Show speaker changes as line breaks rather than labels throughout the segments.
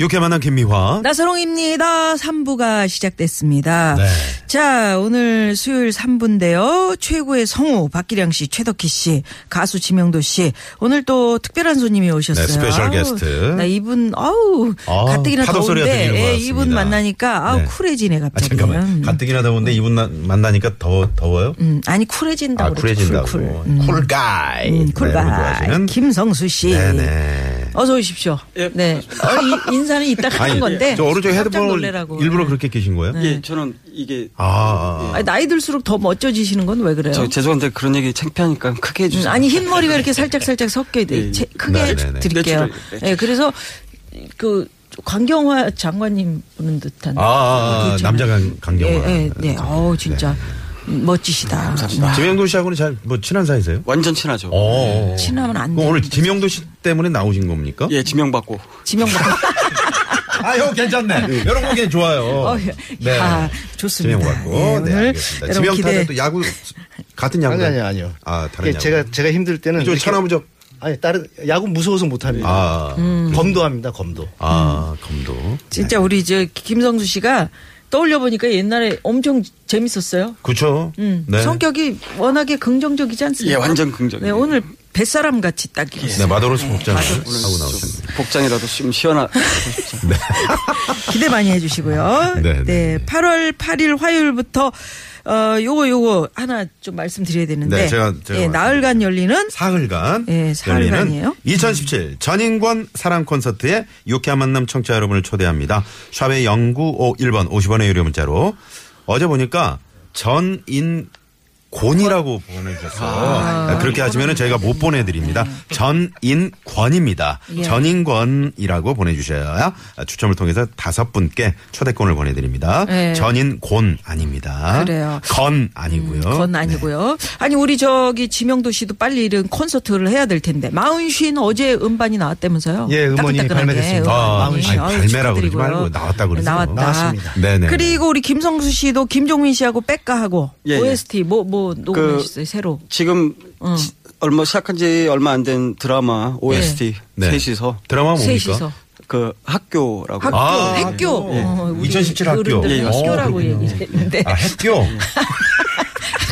이렇게 만난 김미화.
나서롱입니다. 3부가 시작됐습니다.
네.
자, 오늘 수요일 3부인데요. 최고의 성우 박기량 씨, 최덕희 씨, 가수 지명도 씨. 오늘 또 특별한 손님이 오셨어요.
네, 스페셜
아우,
게스트.
나 이분 아우
아,
가뜩이나
파도 소리가
더운데
들리는 것
예,
같습니다.
이분 만나니까 아우
네.
쿨해지네
아,
갑자기.
잠깐만.
음.
가뜩이나 더운데 이분 나- 만나니까 더, 더워요?
음, 아니
아,
쿨해진다고 그러죠.
쿨해진다고.
쿨, 음, 쿨.
쿨가이.
음,
네, 여러분
쿨바이
좋아하시는.
김성수 씨.
네네.
어서 오십시오. 네. 어, 이- 인사는 이따 하는 건데.
저 오른쪽
깜짝
헤드폰을
놀래라고. 네.
일부러 그렇게 끼신 거예요?
예, 저는 이게
아, 아,
아니, 나이 들수록 더 멋져지시는 건 왜 그래요?
네. 저 죄송한데 그런 얘기 창피하니까
음,
크게 해주세요.
아니 흰 머리가 이렇게 살짝 살짝 섞여 있대.
예.
제- 크게
네, 네, 네.
드릴게요.
내추럴,
예,
내추럴.
그래서 그 강경화 장관님 보는 듯한.
아, 아, 아,
그렇잖아요.
남자 강, 강경화.
예, 예, 네. 어우 진짜 멋지시다.
네. 지명도 씨하고는 잘 뭐 친한 사이세요?
완전 친하죠.
어.
친하면 안
그럼
돼.
오늘 지명도 씨 때문에 나오신 겁니까?
예, 지명받고.
지명박.
아, 이거 괜찮네. 이런 거 괜- 좋아요. 네.
어, 예. 야, 좋습니다.
지명 받고.
예,
네,
오늘
알겠습니다.
여러분
지명 타자
기대-
또 야구 같은 야구
아니 아니 아니요.
아, 다른
이게
야구.
제가 제가 힘들 때는
이쪽
이렇게-
천하무적.
아니 다른 야구 무서워서 못 합니다. 음.
아,
음.
검도합니다. 검도.
아, 검도.
진짜 우리 저 김성수 씨가 떠올려 보니까 옛날에 엄청 재밌었어요.
네. 그쵸.
음, 성격이 워낙에 긍정적이지 않습니까?
예, 완전 긍정.
네, 오늘 뱃사람 같이 딱.
네, 마더로스 복장을 하고 나오셨네요.
복장이라도 좀 시원하고 싶죠.
기대 많이 해주시고요.
네,
네,
네, 네.
8월 8일 화요일부터 어 요거 요거 하나 좀 말씀드려야 되는데.
네, 제가- 제가
예,
말씀드릴게요.
나흘간 열리는
사흘간
예, 사흘간이에요?
열리는 2017 전인권 사랑 콘서트에 유쾌한 만남 청취자 여러분을 초대합니다. 샵의 0951번 50원의 유료 문자로 어제 보니까 전인곤이라고 보내주셔서
아,
아, 그렇게 하시면 은 저희가
네.
못 보내드립니다. 전인권입니다.
예.
전인권이라고 보내주셔야 추첨을 통해서 다섯 분께 초대권을 보내드립니다.
네.
전인곤 아닙니다.
그래요. 음,
건 아니고요.
건
네.
아니고요. 아니 우리 저기 지명도 씨도 빨리 이런 콘서트를 해야 될 텐데 마운쉰 어제 음반이 나왔다면서요?
예, 음원이
따끈따끈하게.
발매됐습니다.
아, 아니,
마운쉰. 아유,
발매라고 그러지
축하드리고요. 네,
말고 나왔다고 그러세요.
나왔다.
나왔습니다.
네네.
그리고 우리 김성수 씨도 김종민 씨하고 백가하고
예, 예.
OST 뭐 뭐
그
녹음했어요 새로.
지금
음.
시- 얼마 시작한 지 얼마 안 된 드라마 OST
네.
셋이서
드라마 뭡니까?
셋이서
그 학교라고.
학교
아,
학교
예.
어, 우리
2017 학교.
어른들은
예, 예.
학교라고
어,
얘기했는데
아, 학교?
네.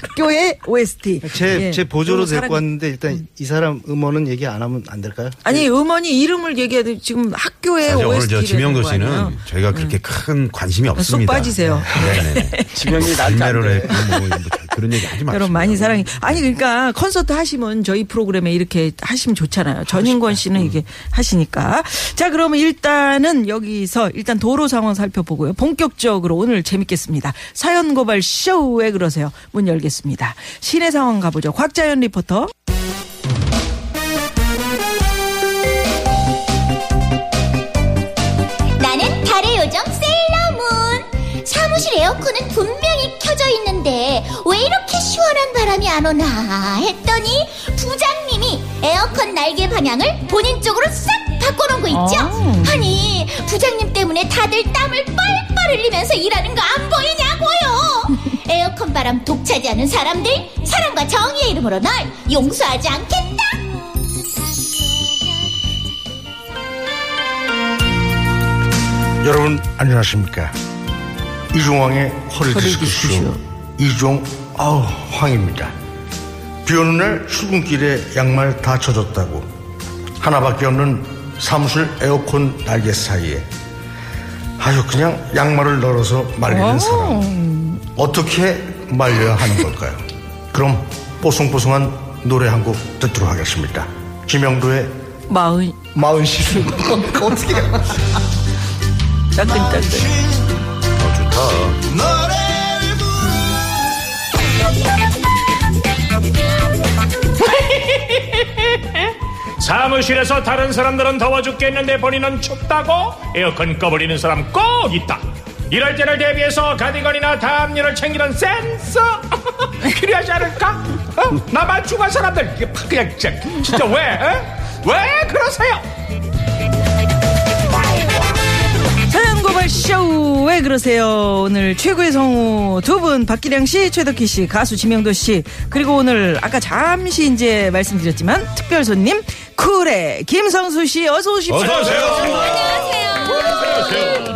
학교의 OST.
제 제
예.
보조로
그리고
데리고
사람이- 음.
왔는데 일단 이 사람 음원은 얘기 안 하면 안 될까요?
아니 음원이 이름을 얘기해도 지금 학교의
사실
OST.
오늘 저 지명도 씨는 저희가 그렇게 큰 관심이 없습니다.
음. 아, 빠지세요.
네네.
지명이 낫지
발매를
않네.
했고 뭐 그런 얘기 하지 마세요.
여러분 많이 사랑해. 아니 그러니까 콘서트 하시면 저희 프로그램에 이렇게 하시면 좋잖아요. 전인권 씨는 이게 하시니까. 자 그러면 일단은 여기서 일단 도로 상황 살펴보고요. 본격적으로 오늘 재밌겠습니다. 사연 고발 쇼왜 그러세요? 문 열겠습니다. 시내 상황 가보죠. 곽자연 리포터.
나는 달의 요정 세일러문 사무실 에어컨은 분명히 켜져 있는데 왜 이렇게 시원한 바람이 안 오나 했더니 부장님이 에어컨 날개 방향을 본인 쪽으로 싹 바꿔놓은 거 있죠? 아니 부장님 때문에 다들 땀을 뻘뻘 흘리면서 일하는 거 안 보이냐고요 에어컨 바람 독차지 하는 사람들 사랑과 정의의 이름으로 널 용서하지 않겠다
여러분 안녕하십니까 이종황의 허를 디스크쇼 이종 아우 황입니다 비오는 날 출근길에 양말 다 젖었다고 하나밖에 없는 사무실 에어컨 날개 사이에 아유 그냥 양말을 널어서 말리는 사람 어떻게 말려야 하는 걸까요 그럼 뽀송뽀송한 노래 한 곡 듣도록 하겠습니다 김영도의
마흔
마흔 시즌 어떻게
따끈따끈.
사무실에서 다른 사람들은 더워 죽겠는데 본인은 춥다고 에어컨 꺼버리는 사람 꼭 있다. 이럴 때를 대비해서 가디건이나 담요를 챙기는 센스 필요하지 않을까? 어? 나만 죽은 사람들 이게 팍 그냥 진짜, 진짜 왜? 에? 왜 그러세요?
사연고발 쇼! 왜 그러세요? 오늘 최고의 성우 두 분, 박기량 씨, 최덕희 씨, 가수 지명도 씨, 그리고 오늘 아까 잠시 이제 말씀드렸지만 특별 손님, 쿨의 김성수 씨, 어서 오십시오.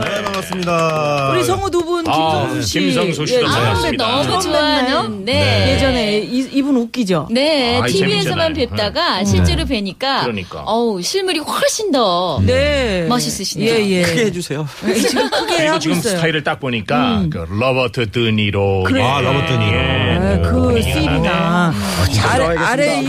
네, 반갑습니다.
우리 성우 두 분,
아,
김성수 씨.
김성수 씨도
예,
반갑습니다.
근데 아, 너무
처음
좋아하는 네.
예전에 이, 이분 웃기죠?
네,
아, 이 재밌잖아요.
TV에서만
네.
뵙다가 실제로 뵈니까
그러니까.
어우, 실물이 훨씬 더
네.
멋있으시네요.
예, 예.
크게 해주세요.
지금 크게
그리고
하고
지금
있어요.
스타일을 딱 보니까
음.
그 로버트 드니로
그래.
아, 로버트 드니로.
예,
아, 그
분위기가 나네.
삘이나 아래 아래 이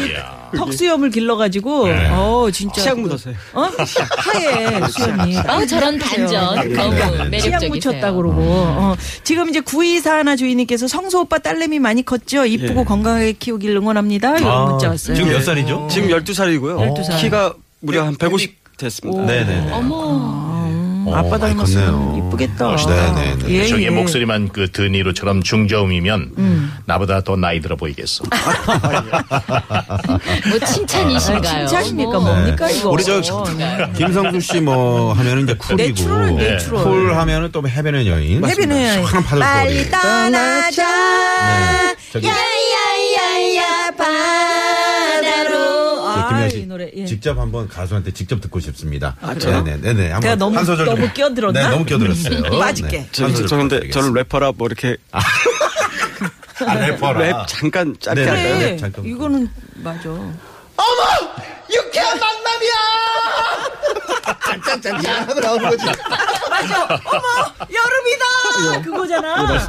턱수염을 길러가지고
네.
어
아,
진짜
치약
그-
묻었어요.
어 하얘 네, 수염이
아, 저런 반전 너무
치약 묻혔다
매력적이세요. 음.
그러고 어, 지금 이제 구이사 하나 주인님께서 성수 오빠 딸내미 많이 컸죠 이쁘고 건강하게 키우길 응원합니다 이런 문자 왔어요.
예. 아, 지금 몇 살이죠?
지금 12살이고요.
12살.
키가 무려 한 150 됐습니다.
네네네.
어머.
어,
아빠
많이
닮았으면
컸네요.
이쁘겠다.
네, 네, 네.
예,
저기
예.
목소리만 그 드니로처럼 중저음이면 나보다 더 나이 들어 보이겠어.
뭐 칭찬이신가요?
칭찬입니까
뭐.
뭡니까
네.
이거? 어, 네.
우리 저 김성수 씨 뭐 하면은 이제 쿨이고
내추럴은 내추럴.
쿨 하면은 또 해변의 여인
해변의 여인.
시원한 파도 소리
떠나자
저기
야야야야 바다로
저
아,
김현
이
씨
노래 예.
직접 한번 가수한테 직접 듣고 싶습니다. 네네네네. 한번
내가 너무-
한 소절 좀
너무
해.
끼어들었나? 음,
네, 너무 끼어들었어요.
빠질게.
저, 저, 저 근데 저는 래퍼라 뭐 이렇게
아, 래퍼라.
랩 잠깐 짧게
네, 네.
할까요?
그래
네, 잠깐.
예, 이거는 맞아
유쾌한 만남이야!
맞아 어머 여름이다 그거잖아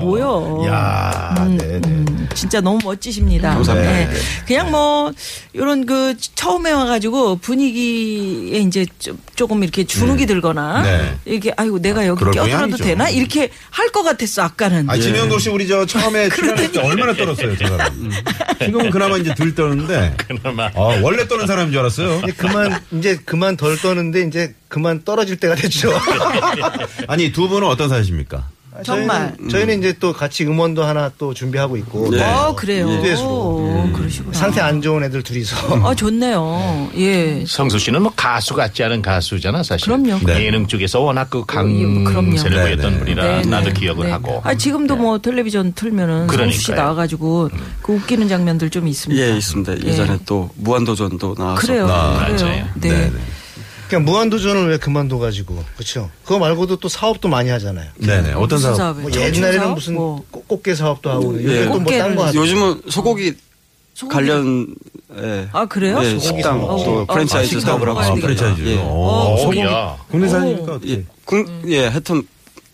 뭐요
예. 어, 음,
음,
야, 네네.
진짜 너무 멋지십니다.
감사합니다.
네. 그냥 뭐 이런 그 처음에 와가지고 분위기에 이제 좀- 조금 이렇게 주눅이 들거나
네.
이렇게 아이고 내가 여기
그럴
껴들어도
모양이죠.
되나 이렇게 할 것 같았어 아까는.
예.
아, 진영도 씨 우리 저 처음에 출연할 때 얼마나 떨었어요, 저 사람.
음.
지금은 그나마 이제 덜 떠는데.
그나마.
아, 원래 떠는 사람인 줄 알았어요.
이제 그만 이제 그만 덜 떠는데 이제 그만 떨어질 때가 됐죠.
아니, 두 분은 어떤 사이십니까?
정말.
저희는, 저희는 이제 또 같이 음원도 하나 또 준비하고 있고
어 그래요. 아.
무대에서
오, 그러시구나.
예. 상태 안 좋은 애들 둘이서
아 좋네요. 예.
성수 씨는 뭐 가수 같지 않은 가수잖아 사실.
그럼요. 어,
네.
예능 쪽에서 워낙 그
뭐 그럼요.
강세를
네,
보였던
네.
분이라
네, 네.
나도 기억을
네.
하고.
아 지금도 뭐 텔레비전 틀면은 성수 씨
그러니까요.
나와가지고 그 웃기는 장면들 좀 있습니다.
예, 있습니다. 예전에 또 무한도전도 나와서
네. 그래요. 그래요.
맞아요.
네.
그냥 무한도전을 왜 그만둬가지고 그렇죠. 그거 말고도 또 사업도 많이 하잖아요.
네네. 어떤 사람?
무슨
예,
사업이에요?
뭐
정신
옛날에는
사업?
무슨
뭐. 음. 예.
꽃- 꽃게 사업도 하고 요즘
꽃게를
또뭐딴거 하죠.
요즘은 소고기 관련 예.
아 그래요?
예, 식당
어,
또
어,
프랜차이즈
식당
사업을 하고
먹어야
아,
있습니다.
프랜차이즈.
예.
어, 소고기.
야.
국내산이니까 어떻게.
예.
음.
국- 예, 하여튼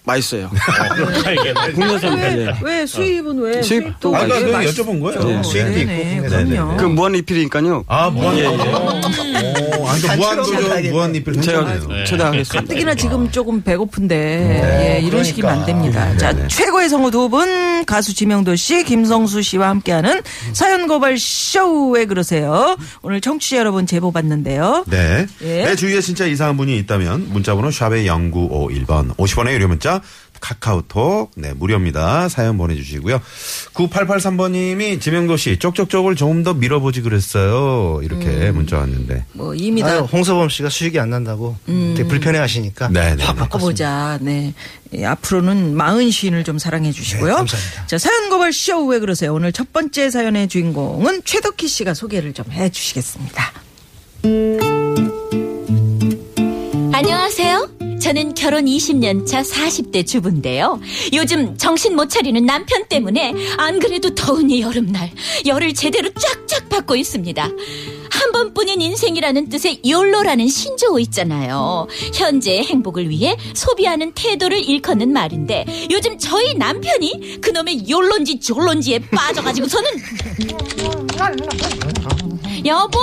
맛있어요.
아, 네.
뭐그
국내산 예.
왜 수입은 왜
수입-
수입도
아, 그러니까
왜
그냥
맛있-
여쭤본 거예요.
네.
수익도
네네,
있고.
그럼요.
그 무한 리필이니까요.
아, 무한
예, 예.
오, 아니, 또 무한도전, 무한리필
제가
선정이네요.
최다 예. 하겠습니다.
특히나
뭐.
지금 조금 배고픈데
네,
예,
그러니까.
이런 식이면 안 됩니다. 자 최고의 성우 두 분 가수 지명도 씨, 김성수 씨와 함께하는 사연 고발 쇼왜 그러세요? 오늘 청취자 여러분 제보 받는데요.
네.
예.
내 주위에 진짜 이상한 분이 있다면 문자번호 샵의 0951번 50원의 유료 문자 카카오톡 네 무료입니다. 사연 보내주시고요. 9883번님이 지명도 씨 쪽쪽쪽을 좀 더 밀어보지 그랬어요.
음.
이렇게 문자 왔는데.
뭐 이미
아유,
다 음.
홍서범 씨가 수익이 안 난다고 되게 불편해하시니까
네, 네. 네.
바꿔보자. 네. 예, 앞으로는 마흔 시인을 좀 사랑해 주시고요.
네, 감사합니다.
자, 사연 고발 쇼 왜 그러세요? 오늘 첫 번째 사연의 주인공은 최덕희 씨가 소개를 좀 해 주시겠습니다.
안녕하세요. 저는 결혼 20년 차 40대 주부인데요. 요즘 정신 못 차리는 남편 때문에 안 그래도 더운 이 여름날 열을 제대로 쫙쫙 받고 있습니다. 한 번뿐인 인생이라는 뜻의 욜로라는 신조어 있잖아요. 현재의 행복을 위해 소비하는 태도를 일컫는 말인데 요즘 저희 남편이 그놈의 욜론지 졸론지에 빠져가지고서는 여보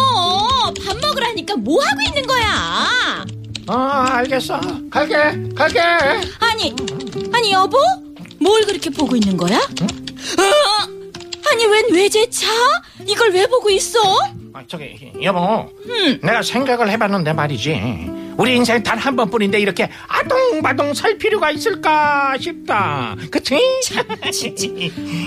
밥 먹으라니까 뭐 하고 있는 거야?
아,
아니, 아니 여보? 뭘 그렇게 보고 있는 거야? 어? 아니 웬 외제차? 이걸 왜 보고 있어?
아, 저기 여보
음.
내가 생각을 해봤는데 말이지 우리 인생 단 한 번뿐인데 이렇게 아동바동 살 필요가 있을까 싶다 그치?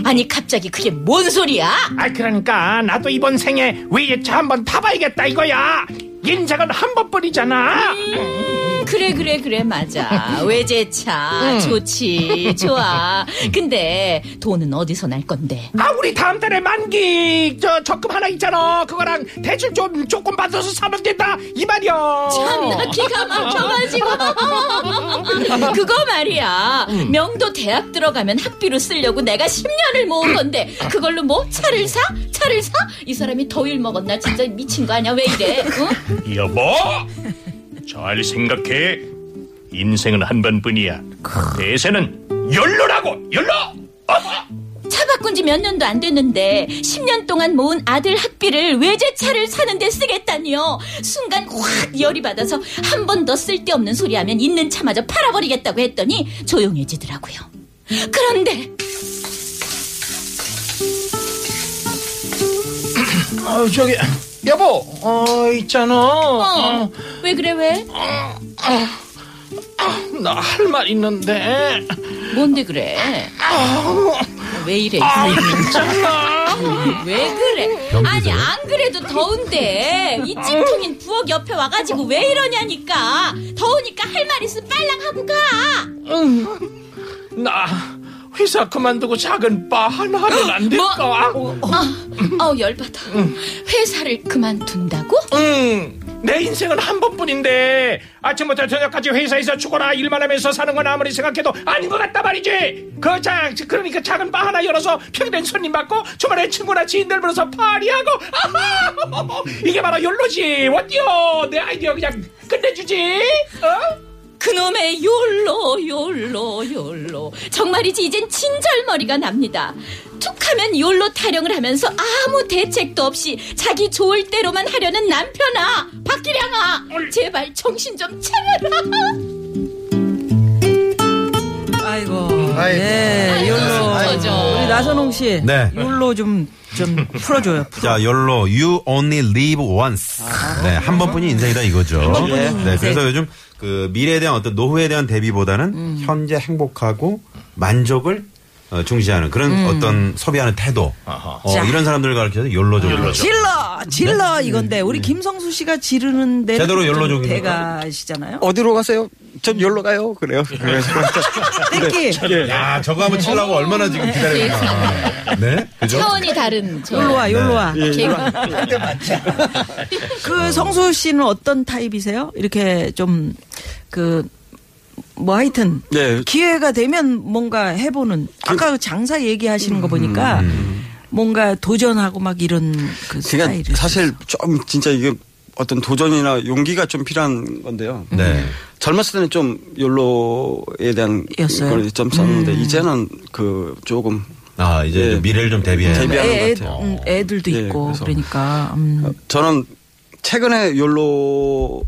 아니 갑자기 그게 뭔 소리야?
아 그러니까 나도 이번 생에 위에차 한번 타봐야겠다 이거야 인생은 한 번뿐이잖아
음, 그래 그래 그래 맞아 외제차 좋지 좋아 근데 돈은 어디서 날 건데
아 우리 다음 달에 만기 저 적금 하나 있잖아 그거랑 대출 좀 조금 받아서 사면 된다 이 말이야
참나 기가 막혀가지고 그거 말이야 명도 대학 들어가면 학비로 쓰려고 내가 10년을 모은 건데 그걸로 뭐 차를 사? 차를 사? 이 사람이 더일 먹었나 진짜 미친 거 아니야 왜 이래 응?
여보 잘 생각해 인생은 한 번뿐이야 대세는 열로라고 열로
차 바꾼 지 몇 년도 안 됐는데 10년 동안 모은 아들 학비를 외제차를 사는데 쓰겠다니요. 순간 확 열이 받아서 한 번 더 쓸데없는 소리 하면 있는 차마저 팔아버리겠다고 했더니 조용해지더라고요. 그런데
어, 저기 여보 어 있잖아
어, 왜 그래 왜?
나 할 말 있는데
뭔데 그래? 왜 이래? 왜 그래? 아니 안 그래도 더운데 이 찜통인 부엌 옆에 와가지고 왜 이러냐니까 더우니까 할 말 있으면 빨랑 하고 가
나 회사 그만두고 작은 바 하나는 안 될까?
어, 어, 열받아 회사를 그만둔다고?
응. 내 인생은 한 번뿐인데 아침부터 저녁까지 회사에서 죽어라 일만 하면서 사는 건 아무리 생각해도 아닌 것 같단 말이지 그 자, 그러니까 작은 바 하나 열어서 평일엔 손님 받고 주말에 친구나 지인들 불러서 파리하고 아하! 이게 바로 욜로지 원디오 내 아이디어 그냥 끝내주지 어?
그놈의 욜로 욜로 욜로 정말이지 이젠 진절머리가 납니다 툭하면 욜로 타령을 하면서 아무 대책도 없이 자기 좋을 대로만 하려는 남편아 박기량아 제발 정신 좀 차려라
아이고.
아이고.
예,
아이고,
욜로.
슬퍼져.
우리 나선홍 씨.
네.
욜로 좀, 좀 풀어줘요.
자, 열로 you only live once.
아,
네, 한 번뿐이 인생이다 이거죠. 네, 그래서 요즘 그 미래에 대한 어떤 노후에 대한 대비보다는
음.
현재 행복하고 만족을 어, 중시하는 그런 어떤 소비하는 태도. 어,
음. 자.
이런 사람들을 가르쳐서 욜로죠. 욜로.
질러!
네?
질러! 이건데, 우리 김성수 씨가 지르는데.
제대로 욜로족입니까?
대가시잖아요.
어디로 가세요? 전 열로 가요. 그래요.
네.
그래서
땡기!
예. 야, 저거 한번 치려고 얼마나 지금 기다렸나. 네? 그죠?
차원이 다른 저
욜로
네.
와, 욜로
예,
와.
개가
그 성수 씨는 어떤 타입이세요? 이렇게 좀, 그, 뭐 하여튼
네.
기회가 되면 뭔가 해보는 아까 그 장사 얘기하시는
음.
거 보니까 뭔가 도전하고 막 이런 그
제가
스타일이
사실 좀 진짜 이게 어떤 도전이나 용기가 좀 필요한 건데요.
네.
젊었을 때는 좀 욜로에 대한
였어요? 음.
걸 좀 썼는데 이제는 그 조금
아, 이제
예.
좀 미래를 좀 대비해야
대비하-
돼.
미안한
애,
것 같아요.
음, 애들도
예,
있고
그래서. 아,
그러니까 음.
저는 최근에 욜로를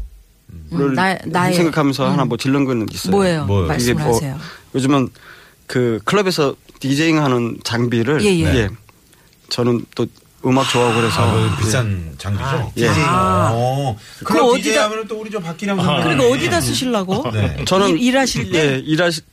음, 나- 나의- 음.
생각하면서 하나 뭐 질른 거는 있어요.
뭐예요?
뭐예요?
이게 뭐
말씀하세요.
요즘은 그 클럽에서 디제잉 하는 장비를
예, 예.
저는 또 음악 좋아하고 그래서
아,
예.
비싼 장비죠.
예.
아.
어.
그럼
그럼 어디다
어디다-
하면 또 우리 저 박기량 선배.
그리고 어디다 쓰시려고?
네.
저는
일- 일하실 때?
예, 일하실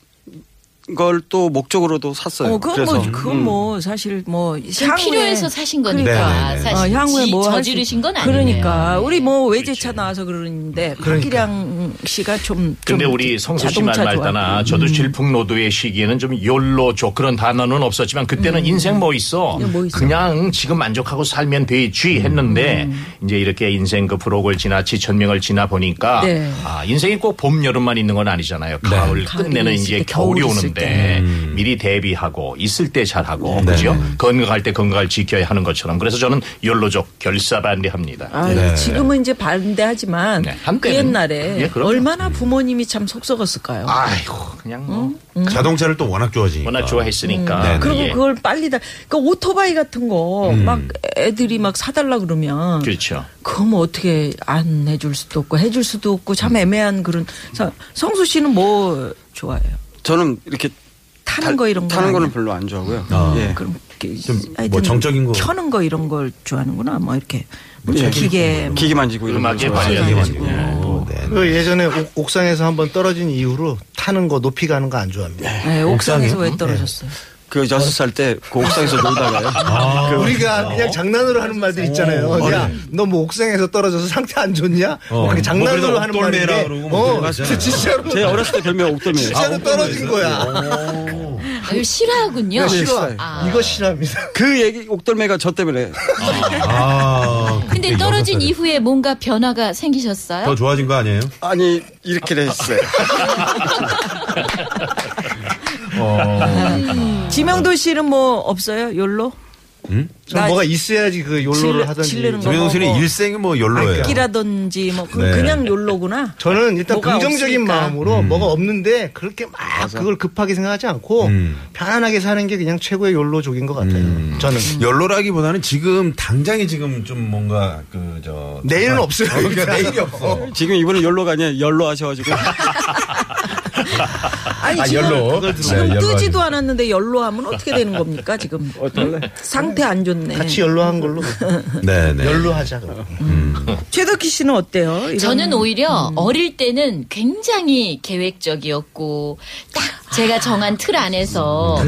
걸 또 목적으로도 샀어요.
어, 그건 뭐
음.
그건 뭐 사실 뭐 향후에-
그 필요해서 사신
그러니까.
거니까
네네네.
어,
사실
향후에
지-
뭐 할 수-
저지르신 건 아니에요 네.
그러니까 우리 뭐 외제차 나와서 그러는데 박기량 씨가 좀, 좀
그러니까. 근데 우리 성수 씨말
자동차 음.
말따나
좋아하고.
저도 질풍노도의 시기에는 좀 욜로족 그런 단어는 없었지만 그때는 인생 뭐 있어?
음. 뭐 있어?
그냥 지금 만족하고 살면 되지 했는데
음.
이제 이렇게 인생 그 부록을 지나 지천명을 지나 보니까
네.
아 인생이 꼭 봄 여름만 있는 건 아니잖아요. 가을
가을이
끝내는
있을
이제
때, 음.
겨울이
겨울이 있을
오는데 미리 대비하고 있을 때 잘하고 그죠? 건강할 때 건강을 지켜야 하는 것처럼 그래서 저는 욜로족 결사반대합니다.
아유, 지금은 이제 반대하지만
네,
그
한때는.
옛날에
예, 그럼요.
얼마나 부모님이 참 속썩었을까요?
아이고 그냥 뭐
음.
자동차를 또 워낙 좋아지니까.
워낙 좋아했으니까
네, 네.
음. 그리고
예. 음.
그걸 빨리 다 그러니까 오토바이 같은 거 막 애들이 막 사달라 그러면
그렇죠.
그거 뭐 어떻게 안 해줄 수도 없고 해줄 수도 없고 참 애매한 그런 사- 성수 씨는 뭐 좋아해요?
저는 이렇게
다 타는 거 이런 거
타는 거는
아니야?
별로 안 좋아하고요.
아.
예.
그럼
좀
하여튼
뭐 정적인 거.
켜는 거 이런 걸 좋아하는구나. 뭐 이렇게 뭐
예.
기계 뭐.
기계 만지고 이런
음악에
좋아해요.
관련된
예.
네. 네.
그 예전에 옥, 상에서 한번 떨어진 이후로 타는 거 높이 가는 거 안 좋아합니다.
네, 옥상에서
옥상이요?
왜 떨어졌어요?
그 여섯 살 때 그 옥상에서 놀다가요.
아,
아,
그 우리가 그냥 장난으로 하는 말들 있잖아요. 야, 너 뭐 옥상에서 떨어져서 상태 안 좋냐?
어.
뭐 그게 장난으로
뭐 그래서
하는
옥돌매라
말인데,
그러고 뭐 그런
어, 아,
거 있잖아요.
진짜로
제 어렸을 때 별명 옥돔이에요. 아,
진짜로 떨어진 거야.
아유, 싫어하군요.
네,
싫어.
아.
이거 싫어합니다.
그 얘기 옥돌매가 저 때문에
어. 아.
근데
그게
떨어진
여섯 살이-
이후에 뭔가 변화가 생기셨어요?
더 좋아진 거 아니에요?
뭐,
아니 이렇게 됐어요.
지명도 씨는 뭐 없어요? 욜로?
좀
나
뭐가 있어야지 그
질르-
욜로를 하든지.
질르는 거.
김현우 씨는
뭐-
일생이 뭐 연로예요.
악기라든지 뭐 그-
네.
그냥 욜로구나.
저는 일단
뭐가
긍정적인
없으니까.
마음으로 뭐가 없는데 그렇게 막 그걸 급하게 생각하지 않고
음.
편안하게 사는 게 그냥 최고의 욜로족인 것 같아요. 저는.
연로라기보다는 지금 당장이 지금 좀 뭔가 그 저
내일은 없어요.
그러니까 내일이 없어.
지금 이번에 연로가 아니라 연로 하셔가지고
아니
아,
지금
연로.
그걸 들어-
네,
지금
연로
뜨지도 않았는데 열로 하면 어떻게 되는 겁니까 지금? 상태 안 좋네.
같이 연로한 걸로
네네.
연로하자. 그럼.
최덕희 씨는 어때요? 이런-
저는
음.
오히려 어릴 때는 굉장히 계획적이었고 딱 제가 정한 틀 안에서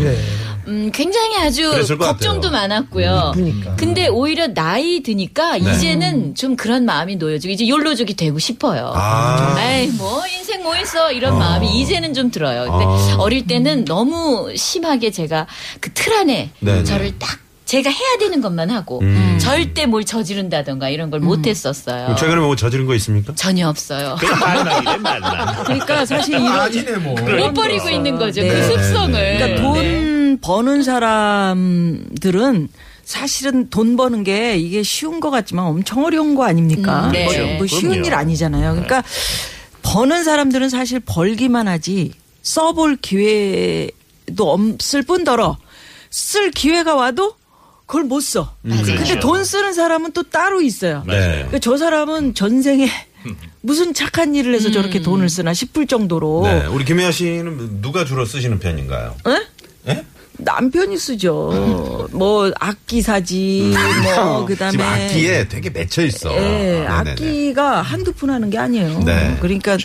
음, 굉장히 아주
그랬을 것
걱정도
같아요.
많았고요.
음,
근데 오히려 나이 드니까
네.
이제는 좀 그런 마음이 놓여지고 이제 욜로족이 되고 싶어요.
아.
에이 뭐 인생 뭐 있어 이런 마음이 이제는 좀 들어요. 근데
아.
어릴 때는 너무 심하게 제가 그 틀 안에
네네.
저를 딱 제가 해야 되는 것만 하고
음.
절대 뭘 저지른다던가 이런 걸 못했었어요.
그럼 최근에 뭐 저지른 거 있습니까?
전혀 없어요.
그게 말랑이네 그러니까 말랑.
그러니까 사실 이런 아,
뭐.
아, 못 버리고 있는 거죠. 그
네.
습성을. 네.
그러니까 돈
네.
버는 사람들은 사실은 돈 버는 게 이게 쉬운 것 같지만 엄청 어려운 거 아닙니까?
음, 네.
뭐, 뭐 쉬운
그럼요. 네.
일 아니잖아요. 그러니까 버는 사람들은 사실 벌기만 하지 써볼 기회도 없을 뿐더러 쓸 기회가 와도 그걸 못 써. 근데
그렇죠.
돈 쓰는 사람은 또 따로 있어요.
네.
그러니까 저 사람은 전생에 무슨 착한 일을 해서 저렇게 돈을 쓰나 싶을 정도로
네. 우리 김혜아 씨는 누가 주로 쓰시는 편인가요? 예?
에? 남편이 쓰죠. 뭐 악기 사지, 뭐
어.
그다음에
지금 악기에 되게 맺혀 있어.
예,
네네네.
악기가 한두 푼 하는 게 아니에요.
네.
그러니까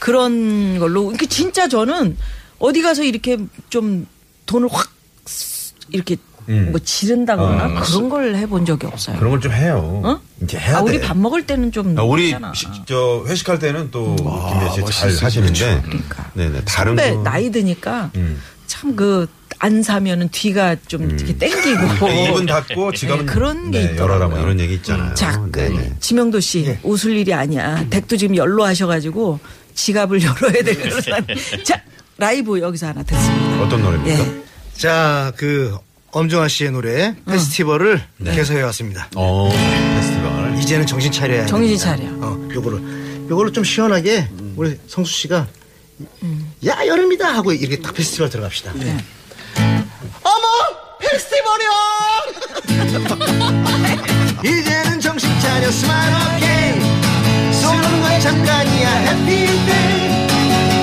그런 걸로 그러니까 진짜 저는 어디 가서 이렇게 좀 돈을 확 쓰- 이렇게
음.
뭐 지른다
어,
거나
맞습니다.
그런 걸 해본 적이 없어요.
그런 걸 좀 해요.
어?
이제 해야
아,
돼.
우리 밥 먹을 때는 좀
아, 우리
그러잖아. 음.
시- 저 회식할 때는 또 김혜아 씨잘 하시는데.
그러니까.
네네. 다른
선배
거.
나이 드니까
음.
참 그 안 사면은 뒤가 좀 이렇게
아,
땡기고
입은 네, 닫고 지갑은
네, 그런 게
네, 열어라 뭐
있더라고요.
이런 얘기 있잖아요.
자, 그
어, 네네.
지명도 씨
예.
웃을 일이 아니야. 댁도 지금 열로 하셔가지고 지갑을 열어야 되거든. 자, 라이브 여기서 하나 듣습니다.
어떤
예.
노래입니까?
자, 그 엄정화 씨의 노래 페스티벌을 계속해 왔습니다.
어, 페스티벌.
이제는 정신 차려야
정신
됩니다.
차려.
어, 요거를 요거를 좀 시원하게 우리 성수 씨가
음.
야 여름이다 하고 이렇게 딱 페스티벌 들어갑시다.
네.
어머 페스티벌이야! 이제는 정신 차려 스마트 게임 쏘는 건 잠깐이야 해피데이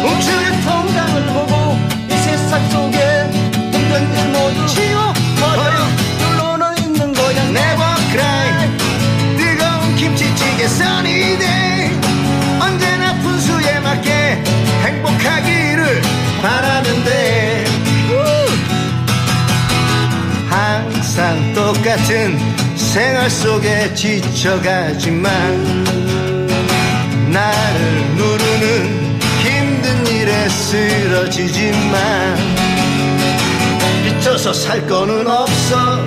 우주의 통강을 보고 이 세상 속에 힘든 일 모두 지워 버려 눌러는 있는 거야 Never cry 뜨거운 김치찌개 써니데이 언제나 분수에 맞게 행복하기를 바라는데 항상 똑같은 생활 속에 지쳐가지만 나를 누르는 힘든 일에 쓰러지지만 비쳐서 살 거는 없어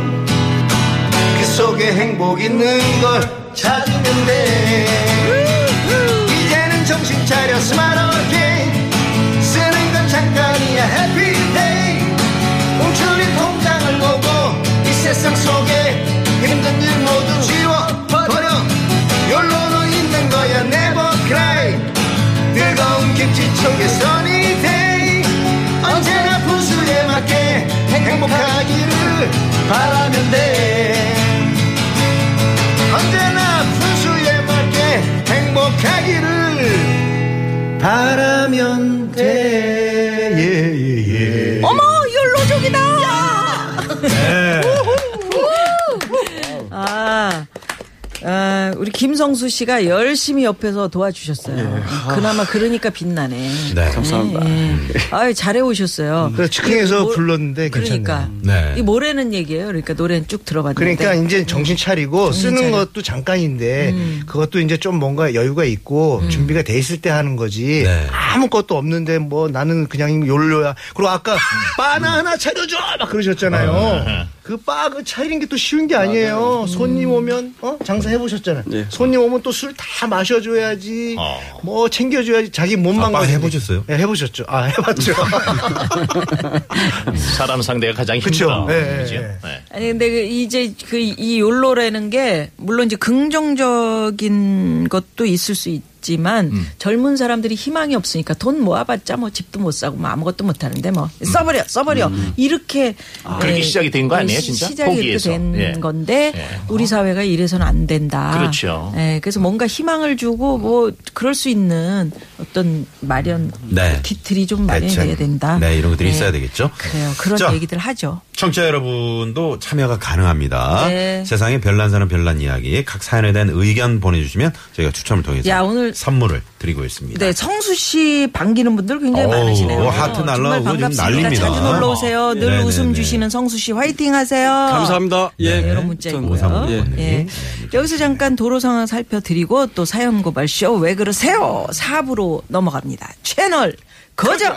그 속에 행복 있는 걸 찾으면 돼 이제는 정신 차려 스마트 게임 쓰는 건 잠깐이야 해피데이 움츠린 통장을 보고 이 세상 속에 힘든 일 모두 지워버려 욜로는 있는 거야 never cry 뜨거운 김치찌개 써니데이 언제나 부수에 맞게 행복하기를 바라면 돼 언제나 부수에 맞게 행복하기를 바라면 돼 예, 예, 예.
어머, 이걸
아.
아, 우리 김성수 씨가 열심히 옆에서 도와주셨어요.
예. 아.
그나마 그러니까 빛나네. 예.
네.
감사합니다.
아유 잘해 오셨어요.
그래, 즉흥에서
이 모-
불렀는데 네, 괜찮네요.
뭐, 그러니까
네.
이 모래는 얘기예요. 그러니까 노래는 쭉 들어봤는데.
그러니까 이제 정신 차리고
네. 정신
쓰는
차려. 음.
것도 잠깐인데 그것도 이제 좀 뭔가 여유가 있고 준비가 돼 있을 때 하는 거지
네.
아무것도 없는데 뭐 나는 그냥 욜로야 그리고 아까 바나 하나 차려줘 막
네.
그러셨잖아요 그 바 그 차리는 게 또 쉬운 게 아니에요 손님 오면 어 장사해 보셨잖아요
네.
손님 오면 또 술 다 마셔줘야지
어.
뭐 챙겨줘야지 자기 몸만
아, 바
가지고.
해보셨어요?
네, 해보셨죠 아 해봤죠
사람 상대가 가장 힘들어.
그쵸. 예,
그죠?
예,
네.
아니 근데 그 이제 그 이 욜로라는 게 물론 이제 긍정적인 것도 있을 수 있지만
음.
젊은 사람들이 희망이 없으니까 돈 모아봤자 뭐 집도 못 사고 뭐 아무것도 못 하는데 뭐 써버려 써버려 이렇게
음. 아, 그렇게
네,
시작이 된거 아니에요,
시-
진짜?
시작이
포기해서.
이렇게 된
예.
건데
예.
우리 사회가 이래서는 안 된다.
그렇죠.
예, 그래서 뭔가 희망을 주고 뭐 그럴 수 있는 어떤 마련
네.
기틀이 좀 마련돼야
대책.
된다.
네, 이런 것들이
예.
있어야 되겠죠.
그래요. 그런
자,
얘기들 하죠.
청취자 여러분도 참여가 가능합니다.
네.
세상의 별난 사람 별난 이야기 각 사연에 대한 의견 보내주시면 저희가 추첨을 통해서
야, 오늘-
선물을 드리고 있습니다.
네, 성수 씨 반기는 분들 굉장히
어우,
많으시네요.
하트
정말
날라오고 지금
반갑습니다.
난립니다. 아.
자주 놀러 오세요. 늘
네네네.
웃음 주시는 성수 씨 화이팅 하세요.
감사합니다. 예.
음. 이런 문자이고요.
오삼오님.
예.
예. 여기서 잠깐 도로 상황 살펴드리고 또 사연 고발 쇼 왜 그러세요? 4부로 넘어갑니다. 채널 고정.